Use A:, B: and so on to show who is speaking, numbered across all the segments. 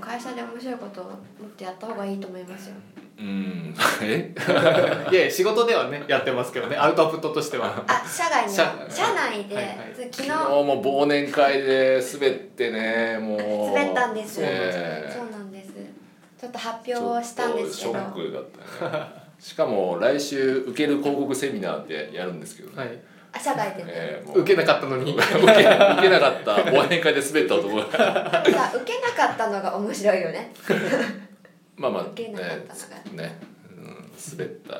A: 会社で面白いことをもっとやった方がいいと思いますよ
B: うんえ
C: いやいや仕事ではねやってますけどねアウトプットとしては
A: あ社外の
C: 社
A: 社内で、
C: はいはい
A: 昨日
B: 昨日も忘年会で滑ってねもう
A: 滑ったんです、
B: ええ
A: そうなんですちょっと発表をしたんですけど
B: ちょっとショックだったねしかも来週受ける広告セミナーってやるんですけどね、
C: はい
A: あ社外でね、
B: えーもう
C: 受けなかったのに
B: 受け受けなかった忘年会で滑った男が
A: さ受けなかったのが面白いよね
B: まあまあ
A: 受けなかったのが
B: ねね、うん、滑った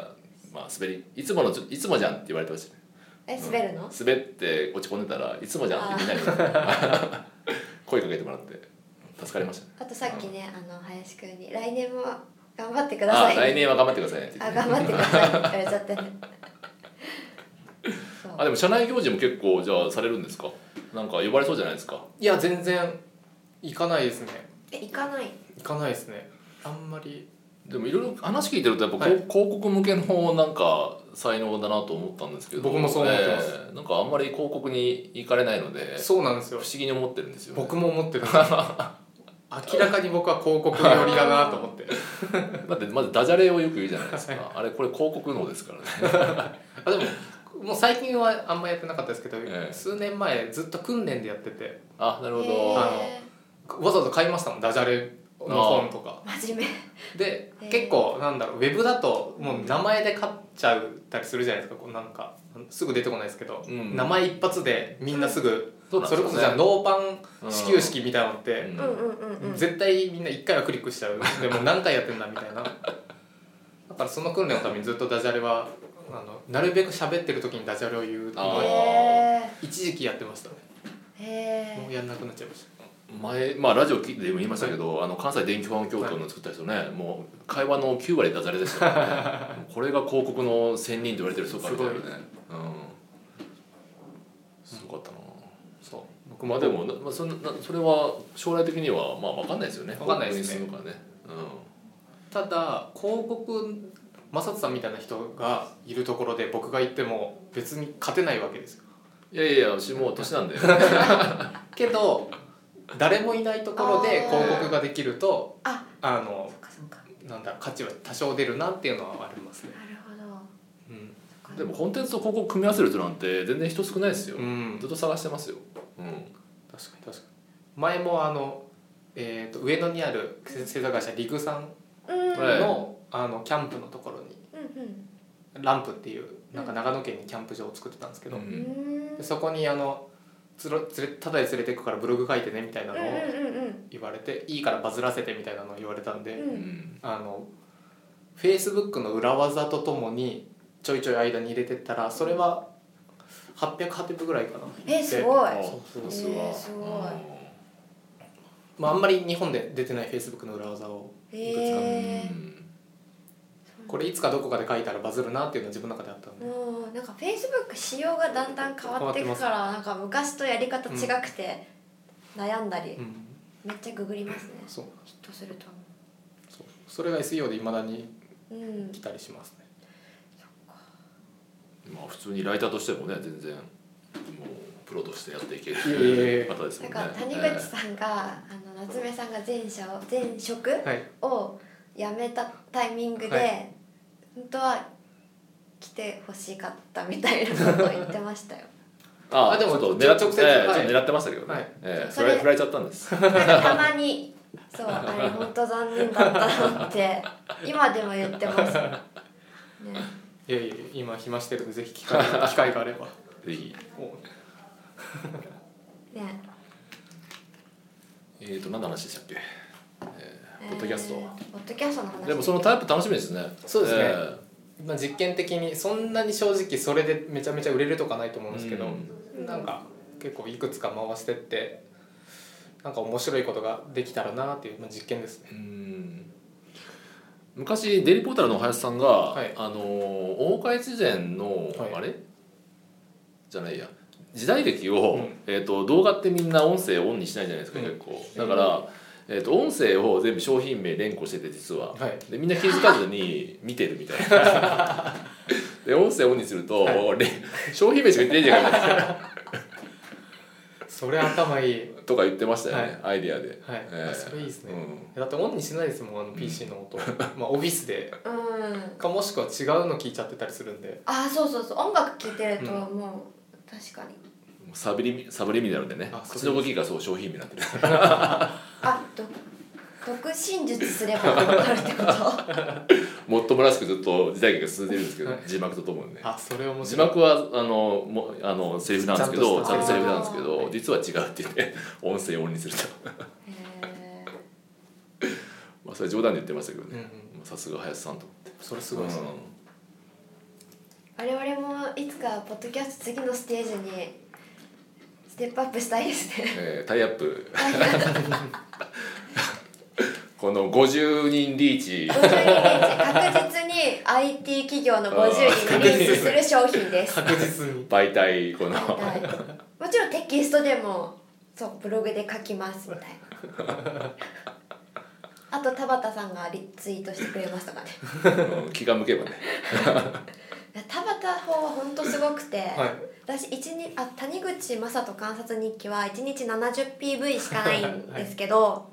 B: まあ滑りいつものいつもじゃんって言われてましたね
A: え滑るの、
B: 滑って落ち込んでたらいつもじゃんってみんなに 声かけてもらって助かりましたね
A: あとさっきねあの林くんに「来年も頑張ってくださ
B: あ
A: い」
B: 来年は頑張ってくださいねって言
A: あ
B: ってね
A: 頑張ってください」って言われちゃってねそう
B: あでも社内行事も結構じゃあされるんですかなんか呼ばれそうじゃないですか
C: いや全然行かないですね
A: え行かない
C: 行かないですねあんまり
B: でもいろいろ話聞いてるとやっぱこう、
C: はい
B: 広告向けのなんか才能だなと思ったんですけど
C: 僕もそう思ってます
B: ええなんかあんまり広告に行かれないので不
C: そうなんですよ
B: 思議に思ってるんですよ、ね、
C: 僕も思ってるんですよ明らかに僕は広告寄りだなと思って
B: だってまずダジャレをよく言うじゃないですかあれこれ広告能ですからね
C: あでももう最近はあんまやってなかったですけど、
B: ええ
C: 数年前ずっと訓練でやってて
B: あなるほど、
A: へ
C: あ
A: え
C: わざわざ買いましたもんダジャレの本とか
A: 真面
C: で
A: へえ
C: 結構なんだろうウェブだともう名前で買っちゃったりするじゃないですかこうなんかすぐ出てこないですけど、
B: うん
C: 名前一発でみんなすぐ、
B: そうなん
C: そ
B: ですよ
C: れ
B: ね
C: こそじゃあノーパン始球式みたいなのっ
B: う
C: て、
A: 目うん
B: ん
A: うんうんうん
C: 絶対みんな一回はクリックしちゃうでも何回やってんだみたいな だからその訓練のためにずっとダジャレはあのなるべく喋ってる時にダジャレを言う
B: あー
A: へ
C: 一時期やってましたね
A: えへ
C: もう
A: え
C: やんなくなっちゃいました
B: 前まあラジオ聞いても言いましたけど、あの関西電気保安協会の作った人ね、もう会話の9割ダジャレでした からねこれが広告の専任と言われてる人からみたいなねうんすごかったな
C: そう僕
B: まあでもな、まあ、そんななそれは将来的にはまあ分かんないですよね
C: わかんないですね
B: 広告に進むか
C: ただ広告正人さんみたいな人がいるところで僕が行っても別に勝てないわけですよ
B: らね、うん、いやいや私もう年なん で
C: けど誰もいないところで
A: あー
C: 広告ができると
A: あ
C: あの
A: そっかそっか
C: なんだ価値は多少出るなっていうのはありますね
A: なるほど
C: うん、
A: そっか
B: でもコンテンツと広告組み合わせる人なんて全然人少ないですよ、
C: うん
B: ずっと探してますよ、うん、
C: 確かに確かに前もあの、えー、と上野にある制制作会社リグさん
A: うん
B: はい
C: の,、あのキャンプのところに
A: うん
C: ランプっていうなんか長野県にキャンプ場を作ってたんですけど、
B: う
A: うんうんん
C: でそこにあのつろ連れただで連れてくからブログ書いてねみたいなのを
A: うんうんうん
C: 言われていいからバズらせてみたいなのを言われたん
A: う
C: で、
B: うんん、
C: あのフェイスブックの裏技とともにちょいちょい間に入れてったらそれは800ぐらいかな
A: えすごい
B: あ
C: そうそう
B: さすが
A: えーすごい
B: うん
C: まあ、あんまり日本で出てないフェイスブックの裏技をいくつか
A: へえ
C: これいつかどこかで書いたらバズるなっていうのは自分の中であったんで、
A: もうなんかフェイスブック仕様がだんだん変わっていくからなんか昔とやり方違くて悩んだり、
C: うん、
A: めっちゃググりますね
C: そう
A: ヒットすると
C: そうそれが SEO でいまだに
A: 思ううん
C: 来たりしますね
B: まあ普通にライターとしてもね全然もうプロとしてやっていけ
C: いやいやい
B: る
C: や
B: 方ですも
A: なんん
B: ね
A: か谷
B: え
A: 口さんが、あの夏目さんが前社を前職
C: はい
A: を辞めたタイミングで、
C: は
A: 本当は来てほしかったみたいなことを言ってました よ
B: えあ
C: あでも
B: ちょっと狙っ
C: 直接
B: ええ
C: はい
B: ちょっと狙ってましたけどね、
C: はい
B: ええ
A: そ
B: そ
A: れ
B: れ振られちゃったんです
A: なんかたまにそうあれ本当残念だったなって今でも言ってますね
C: いやいや今暇してるんでぜひ機 会機会があれば
B: ぜひ
C: お
A: ね
B: えっ、と何の話でしたっけ、ええポッドキャスト、
A: えーポッドキャストの話
B: でもそのタイプ楽しみですね
C: そうですね
B: え
C: まあ、実験的にそんなに正直それでめちゃめちゃ売れるとかないと思うんですけど、
B: う
C: なんか結構いくつか回してってなんか面白いことができたらなっていう、まあ、実験ですね
B: えうん昔デイリーポータルの林さんが、
C: い
B: あの大岡越前の、
C: はい
B: あれじゃないや時代劇を、
C: うん
B: えー、と動画ってみんな音声をオンにしないじゃないですか、
C: うん
B: 結構だから、えー、と音声を全部商品名連呼してて実は、
C: はい
B: でみんな気づかずに見てるみたいな で音声オンにすると、れ商品名しか出てないじゃないですか
C: それ頭いい
B: とか言ってましたよね、アイディアで、
C: はい、
B: ええ
C: あそれいいですね、
B: うん
C: だってオンにしないですもんあの PC の音、まあオフィスで
A: うん
C: かもしくは違うの聞いちゃってたりするんで
A: あそうそうそう音楽聴いてるともう確かに
B: サブリミサブリミナルでね
C: あ
B: 口の動きがそう商品名になってる
A: あど独身術すれば分かるってこと
B: もっともらしくずっと時代劇が続いてるんですけど、
C: はい
B: 字幕とともにね
C: あそれ面
B: 字
C: 白い
B: 幕はあのもあのセリフなんですけどち
C: ち
B: ゃ
C: ゃ
B: んと
C: んとした
B: セリフなんですけ
C: あ
B: ど
C: ー
B: 実は違うって言って 音声をオンにすると
A: へえ
B: まあそれ冗談で言ってましたけど
C: うんう
B: ね
C: ん
B: まあさすが林さんと思って
C: それすごいですね、
A: 我々もいつかポッドキャスト次のステージにステップアップしたいです
B: うん
A: ね
B: えータイアップこの50人リー
A: 50
B: チ
A: 人確実に IT 企業の50人にリーチする商品です
C: 確実に
B: 媒体この
A: はいもちろんテキストでもそうブログで書きますみたいなあと田畑さんがリツイートしてくれましたかね
B: うん気が向けばね
A: 田畑法は本当すごくて、
C: はい
A: 私一日あ谷口正人観察日記は1日 70PV しかないんですけど、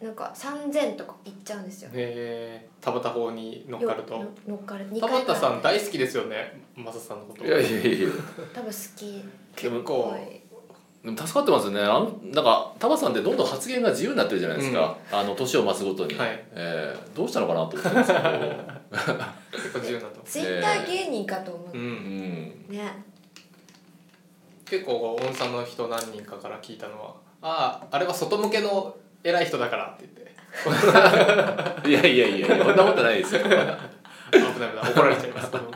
A: なんか3000とかいっちゃうんですよ
C: えー、田畑法に乗っかると
A: よ乗っかる2
C: 田
A: 回
C: 畑さん
A: から
C: 大好きですよねマサさんのこと
B: いやいやいや
A: 多分好き
C: 結構
B: でも助かってますよねあのなんかタバさんってどんどん発言が自由になってるじゃないですか、あの年を増すごとに、
C: はい
B: えーどうしたのかなと思ってたんですけど、
C: 結構自由なと
A: ツイッター芸人かと思
C: う
A: う、
B: うん ん、
A: ね
C: 結構御社の人何人かから聞いたのは「あああれは外向けの偉い人だから」って言って
B: いやいやいやそんなことないですよ
C: 「危ない危ない怒られちゃい ますけど」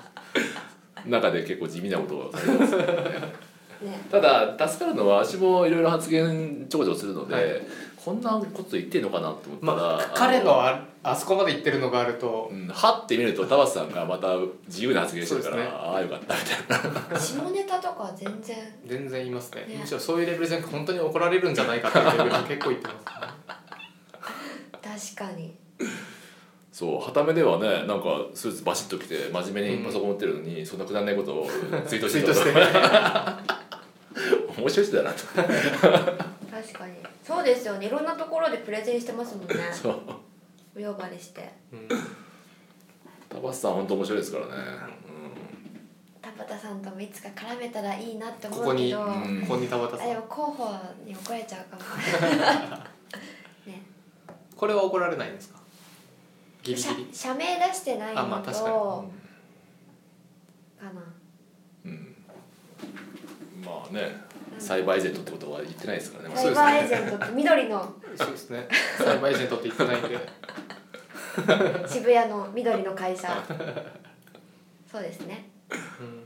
B: 中で結構地味なことがされてますけどね
A: ね
B: ただ助かるのは私もいろいろ発言ちょこちょこするので、
C: はい
B: こんなこと言ってんのかなと思ったら、
C: まあ
B: の
C: 彼のああそこまで言ってるのがあると
B: うん、はって見るとタバさんがまた自由な発言してるから、
C: そうですね
B: ああよかったみたいな
A: 下ネタとかは全然
C: 全然言いますね
A: ね
C: むしろそういうレベルじゃなくて本当に怒られるんじゃないかっていうレベルも結構言ってます、ね、
A: 確かに
B: そうはためではねなんかスーツバシッと着て真面目にパソコン打ってるのに、そんなくだらないことをツ イート
C: ツ
B: し
C: イ
B: て
C: ー
B: た
C: トして
B: 面白い人だなと
A: 確かにそうですよねいろんなところでプレゼンしてますもん ね
B: そう
A: お呼ばれして
C: うん
B: タバさん本当面白いですからね、
A: 田畑さんともいつか絡めたらいいなって
C: こ
A: 思
C: こ
A: うけ
C: に
A: ど
B: ん
C: ここに田畑
A: あ
C: さ
A: で
C: ん
A: も候補に怒られちゃうかも ね
C: これは怒られないんですかギリギ
A: 社
C: リ
A: 社名出してないのと
C: あまあ確かに
A: かな
B: うんうんまあね栽培エージェントってことは言ってないですからね
A: サ
C: そう
A: イ
C: です
A: バ
C: ね
A: ーエージェントって緑の
C: そうですね栽培人にとって言ってないんで
A: 渋谷の緑の会 社そうですね
C: うん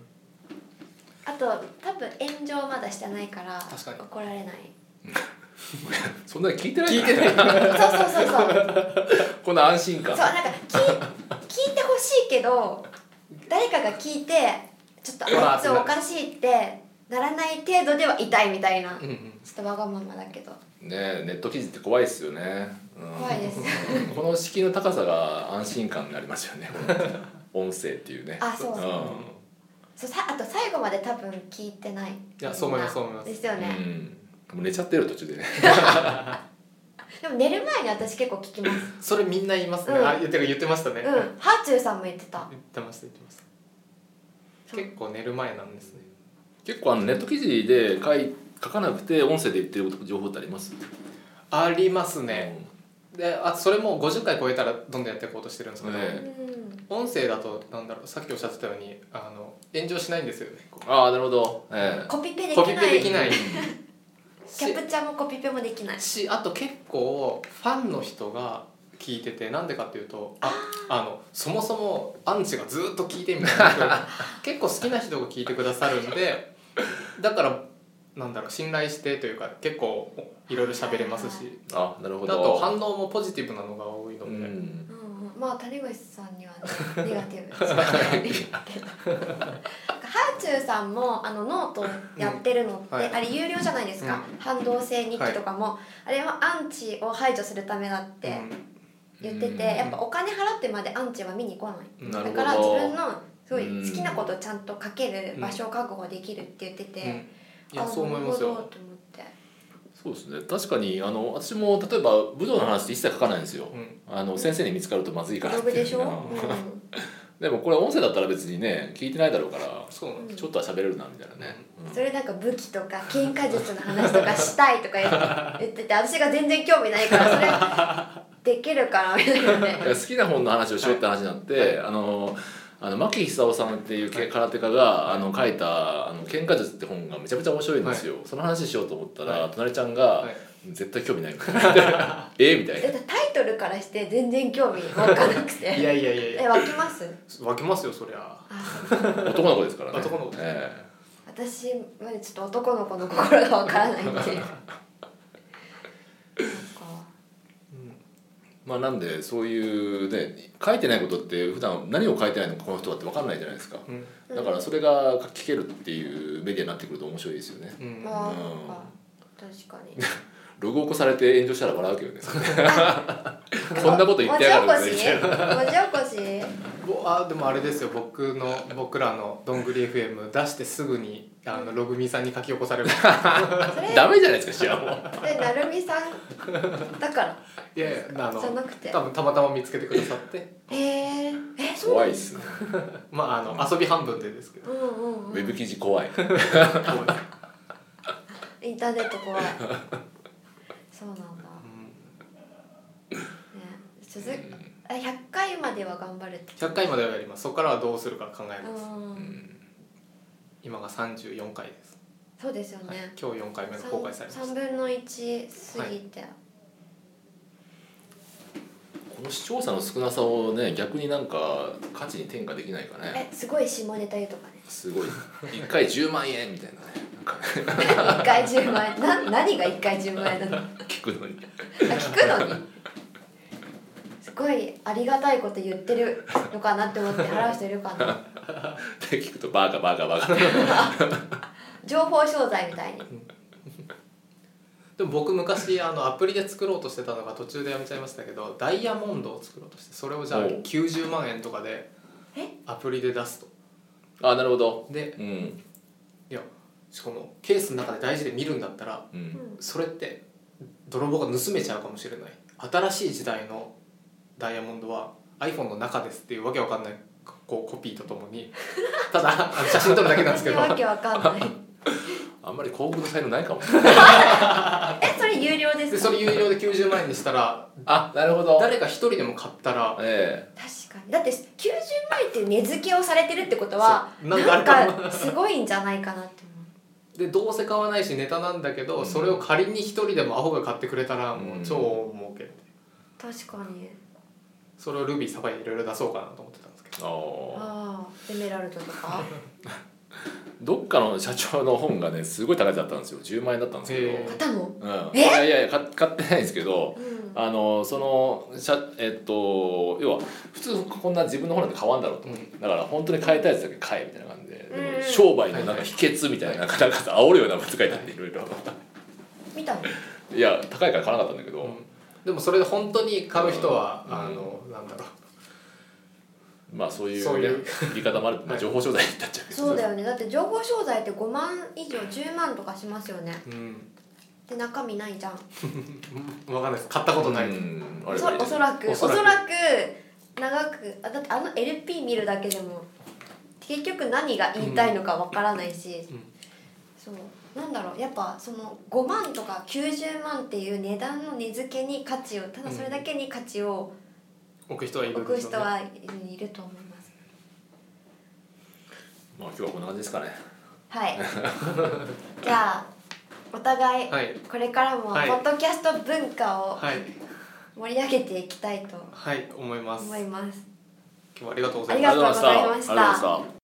A: あと多分炎上まだしてないから
C: 確かに
A: 怒られない
B: そんなに聞いてない
C: 聞い
B: から
C: てない
A: そうそうそうそう
B: こんな安心感
A: そうなんか聞い 聞いてほしいけど誰かが聞いてちょっとあいつおかしいってならない程度では痛いみたいな
C: う
A: ち
C: ん
A: ょ
C: うん
A: っとわがままだけど
B: ねネット記事って怖いですよね、うん
A: 怖いです
B: この敷居の高さが安心感になりますよね この音声っていうね
A: あそう
B: うん
A: そうさあと最後まで多分聞いてないい
C: やそう思いますそう思います
A: ですよね、
B: うん、もう寝ちゃってる途中でね
A: でも寝る前に私結構聞きます
C: それみんな言いますね、
A: うん
C: あ言ってる言ってましたね、
A: うんハーチューさんも言ってた
C: 言ってました言ってました
A: そう
C: 結構寝る前なんですね
B: 結構あのネット記事で書い書かなくて音声で言ってる情報ってあります
C: ありますね、であとそれも50回超えたらどんどんやっていこうとしてるんですけど、
A: う
B: ね
A: ん
C: 音声だとなんだろうさっきおっしゃってたようにあの炎上しないんですよねこう
B: ああなるほど、え
A: コピペでき
C: コピ
A: な
C: ペ
A: い
C: できない
A: キャプチャもコピペもできない
C: しあと結構ファンの人が聞いててなんでかっていうとああのそもそもアンチがずっと聞いてみたいな人 が結構好きな人が聞いてくださるんでだからなんだろう信頼してというか結構いろいろ喋れますし
B: えあなる
C: あ
B: ほど
C: と反応もポジティブなのが多いの
B: う
C: で、
B: ん
A: うんうん、まあ谷口さんにはねネガティブしかないけどハーチューさんもあのノートやってるのって、
C: うんはい
A: あれ有料じゃないですか、反動性日記とかも、あれはアンチを排除するためだって言ってて、
B: うん
A: やっぱお金払ってまでアンチは見に来ない、
C: うん
B: なる
A: だ
B: ほど
A: から自分のすごい好きなことをちゃんと書ける場所を確保できるって言ってて、
C: うんいやそう思います
A: あなるほ
C: よ
A: どと思って
B: そうですね確かにあの私も例えば武道の話って一切書かないんですよ
C: うん
B: あの先生に見つかるとまずいか
A: ブ
B: らっ
A: ロ
B: て
A: グ
B: いう
A: でしょ、
B: う
A: うん
B: んでもこれ音声だったら別にね聞いてないだろうから
C: そうなんです
B: ちょっとは喋れるなみたいなね、
A: それなんか武器とか喧嘩術の話とかしたいとか言って 言ってて私が全然興味ないから それできるかなみたいなね
B: いや好きな本の話をしようって話になって、あのあの牧久夫さんっていうけ空手家が、あの書いた「あの喧嘩術」って本がめちゃめちゃ面白いんですよ、その話しようと思ったら、
C: はい
B: 隣ちゃんが、
C: はい
B: 絶対興味ないみたいな えみたい
A: だっ
B: な
A: てタイトルからして全然興味湧かなくて
C: いやいやいやい
A: え
C: や
A: 湧きます
C: 分けますよそりゃ
A: あ
B: 男の子ですからね
C: 男の子
B: え
A: 私までちょっと男の子の心がわからないっていうなんか
B: えまあなんでそういうね書いてないことって普段何を書いてないのかこの人はって分かんないじゃないですか
C: うん
A: うん
B: だからそれが聞けるっていうメディアになってくると面白いですよね
C: うん
A: まあ
B: うん
A: なんか確かに
B: ログ起こされて炎上したら笑うけどね こんなこと言ってやがる
A: 文
B: み
A: 字
B: たい
A: 起
B: な
A: こし文字起こし
C: ぼあでもあれですよ僕の僕らのどんぐり FM 出してすぐにあのログミさんに書き起こさ れる
A: それ
B: ダメじゃないですかしら もう
A: それなるみさんだ から
C: いやいや あ
A: じゃな
C: の
A: くて
C: 多分たまたま見つけてくださって
A: えー、えそう
B: 怖
A: ないん
B: っ
A: です
B: すね
C: まああの遊び半分でですけど
A: うんうん、
B: ウ
A: う
B: ェブ
A: ん、
B: 記事怖い
A: インターネット怖いそうなんだね続くあ100回までは頑張るって
C: 100回まではやりますそこからはどうするか考え
A: う
C: ます
A: ん、
C: 今が34回です、
A: そうですよね、
C: はい、今日4回目が
A: 三
C: 公開されました
A: 3分の1過ぎて、
B: この視聴者の少なさをね逆になんか価値に転嫁できないかね
A: えすごい下ネタ言うとかね
B: すごい1回10万円みたいなねなん
A: 1
B: かね
A: 回10万円な何が1回10万円 なのあ
B: 聞くのに
A: 聞くのにすごいありがたいこと言ってるのかなって思って払う人いるかな
B: で聞くとバカバカバカ
A: 情報商材みたいに
C: でも僕昔あのアプリで作ろうとしてたのが途中でやめちゃいましたけどダイヤモンドを作ろうとしてそれをじゃあ
B: おう
C: 90万円とかで
A: え
C: アプリで出すと
B: あなるほど
C: で
B: うん
C: いやこのケースの中で大事で見るんだったら
B: う
A: うんん
C: それって泥棒が盗めちゃうかもしれない新しい時代のダイヤモンドは iPhone の中ですっていうわけわかんないこうコピーとともにただあの写真撮るだけなんですけど
A: わけわかんない
B: あんまり幸福の才能ないかもしれない
A: えそれ有料です
C: で
A: か
C: それ有料で90万円にしたら
B: あなるほど
C: 誰か一人でも買ったら
B: え
A: 確かにだって90万円っていう値付けをされてるってことは
C: そう
A: な
C: なんかあ
A: ん
C: るかも
A: かすごいんじゃないかなって
C: でどうせ買わないしネタなんだけど、
B: うん
C: それを仮に一人でもアホが買ってくれたらもう
B: うん
C: 超儲け、
A: 思う確かに
C: それをルビーサファイアいろいろ出そうかなと思ってたんですけ
B: えあ
C: ど
A: あ
B: あ
A: あエメラルドと か
B: どっかの社長の本がねすごい高いやつだったんですよ10万円だったんですけ
C: へ
B: ど
C: え
A: 買ったの
B: う
A: え
B: ん、いやいやいやか買ってないんですけど
A: うん
B: あのそのしゃえっと要は普通こんな自分の本なんて買わんだろうと
C: うん
B: だから本当に買いたいやつだけ買えみたいな感じでで
A: う
B: も
A: ん
B: 商売のなんか秘訣みたいななんかなんかさ煽るようなもの書いてあっていろいろ
A: 見たの
B: いや高いから買わなかったんだけど、
C: でもそれで本当に買う人は、
B: うん
C: あのなんだろう
B: まあそういう,、ね、
C: そういう
B: 売り方もあるって、まあ、情報商材になっちゃうけど
A: そうだよねだって情報商材って5万以上10万とかしますよね
C: うん、
A: で中身ないじゃん
C: 分かんないです買ったことない、
B: うんあ
A: お
B: れ
A: そ
B: ばいい
A: おそらくお
C: おそ
A: そ
C: ら
A: ら
C: く
A: く長くあだってあの LP 見るだけでも結局何が言いたいのかわからないし、
C: うん
A: そうなんだろうやっぱその5万とか90万っていう値段の値付けに価値をただそれだけに価値を
C: 置く人はいる
A: 置
C: んで
A: く
C: しょう
A: 人はいいると思います。
B: まあ今日はこんな感じですかね
A: はい、じゃあお互い
C: はい
A: これからもポ
C: はい
A: ッドキャスト文化を
C: はい
A: 盛り上げていきたいと
C: はい思います
A: 思
C: 今
A: います。
C: 日はありがとうございました
A: ありがとうございました
B: ありがとうございました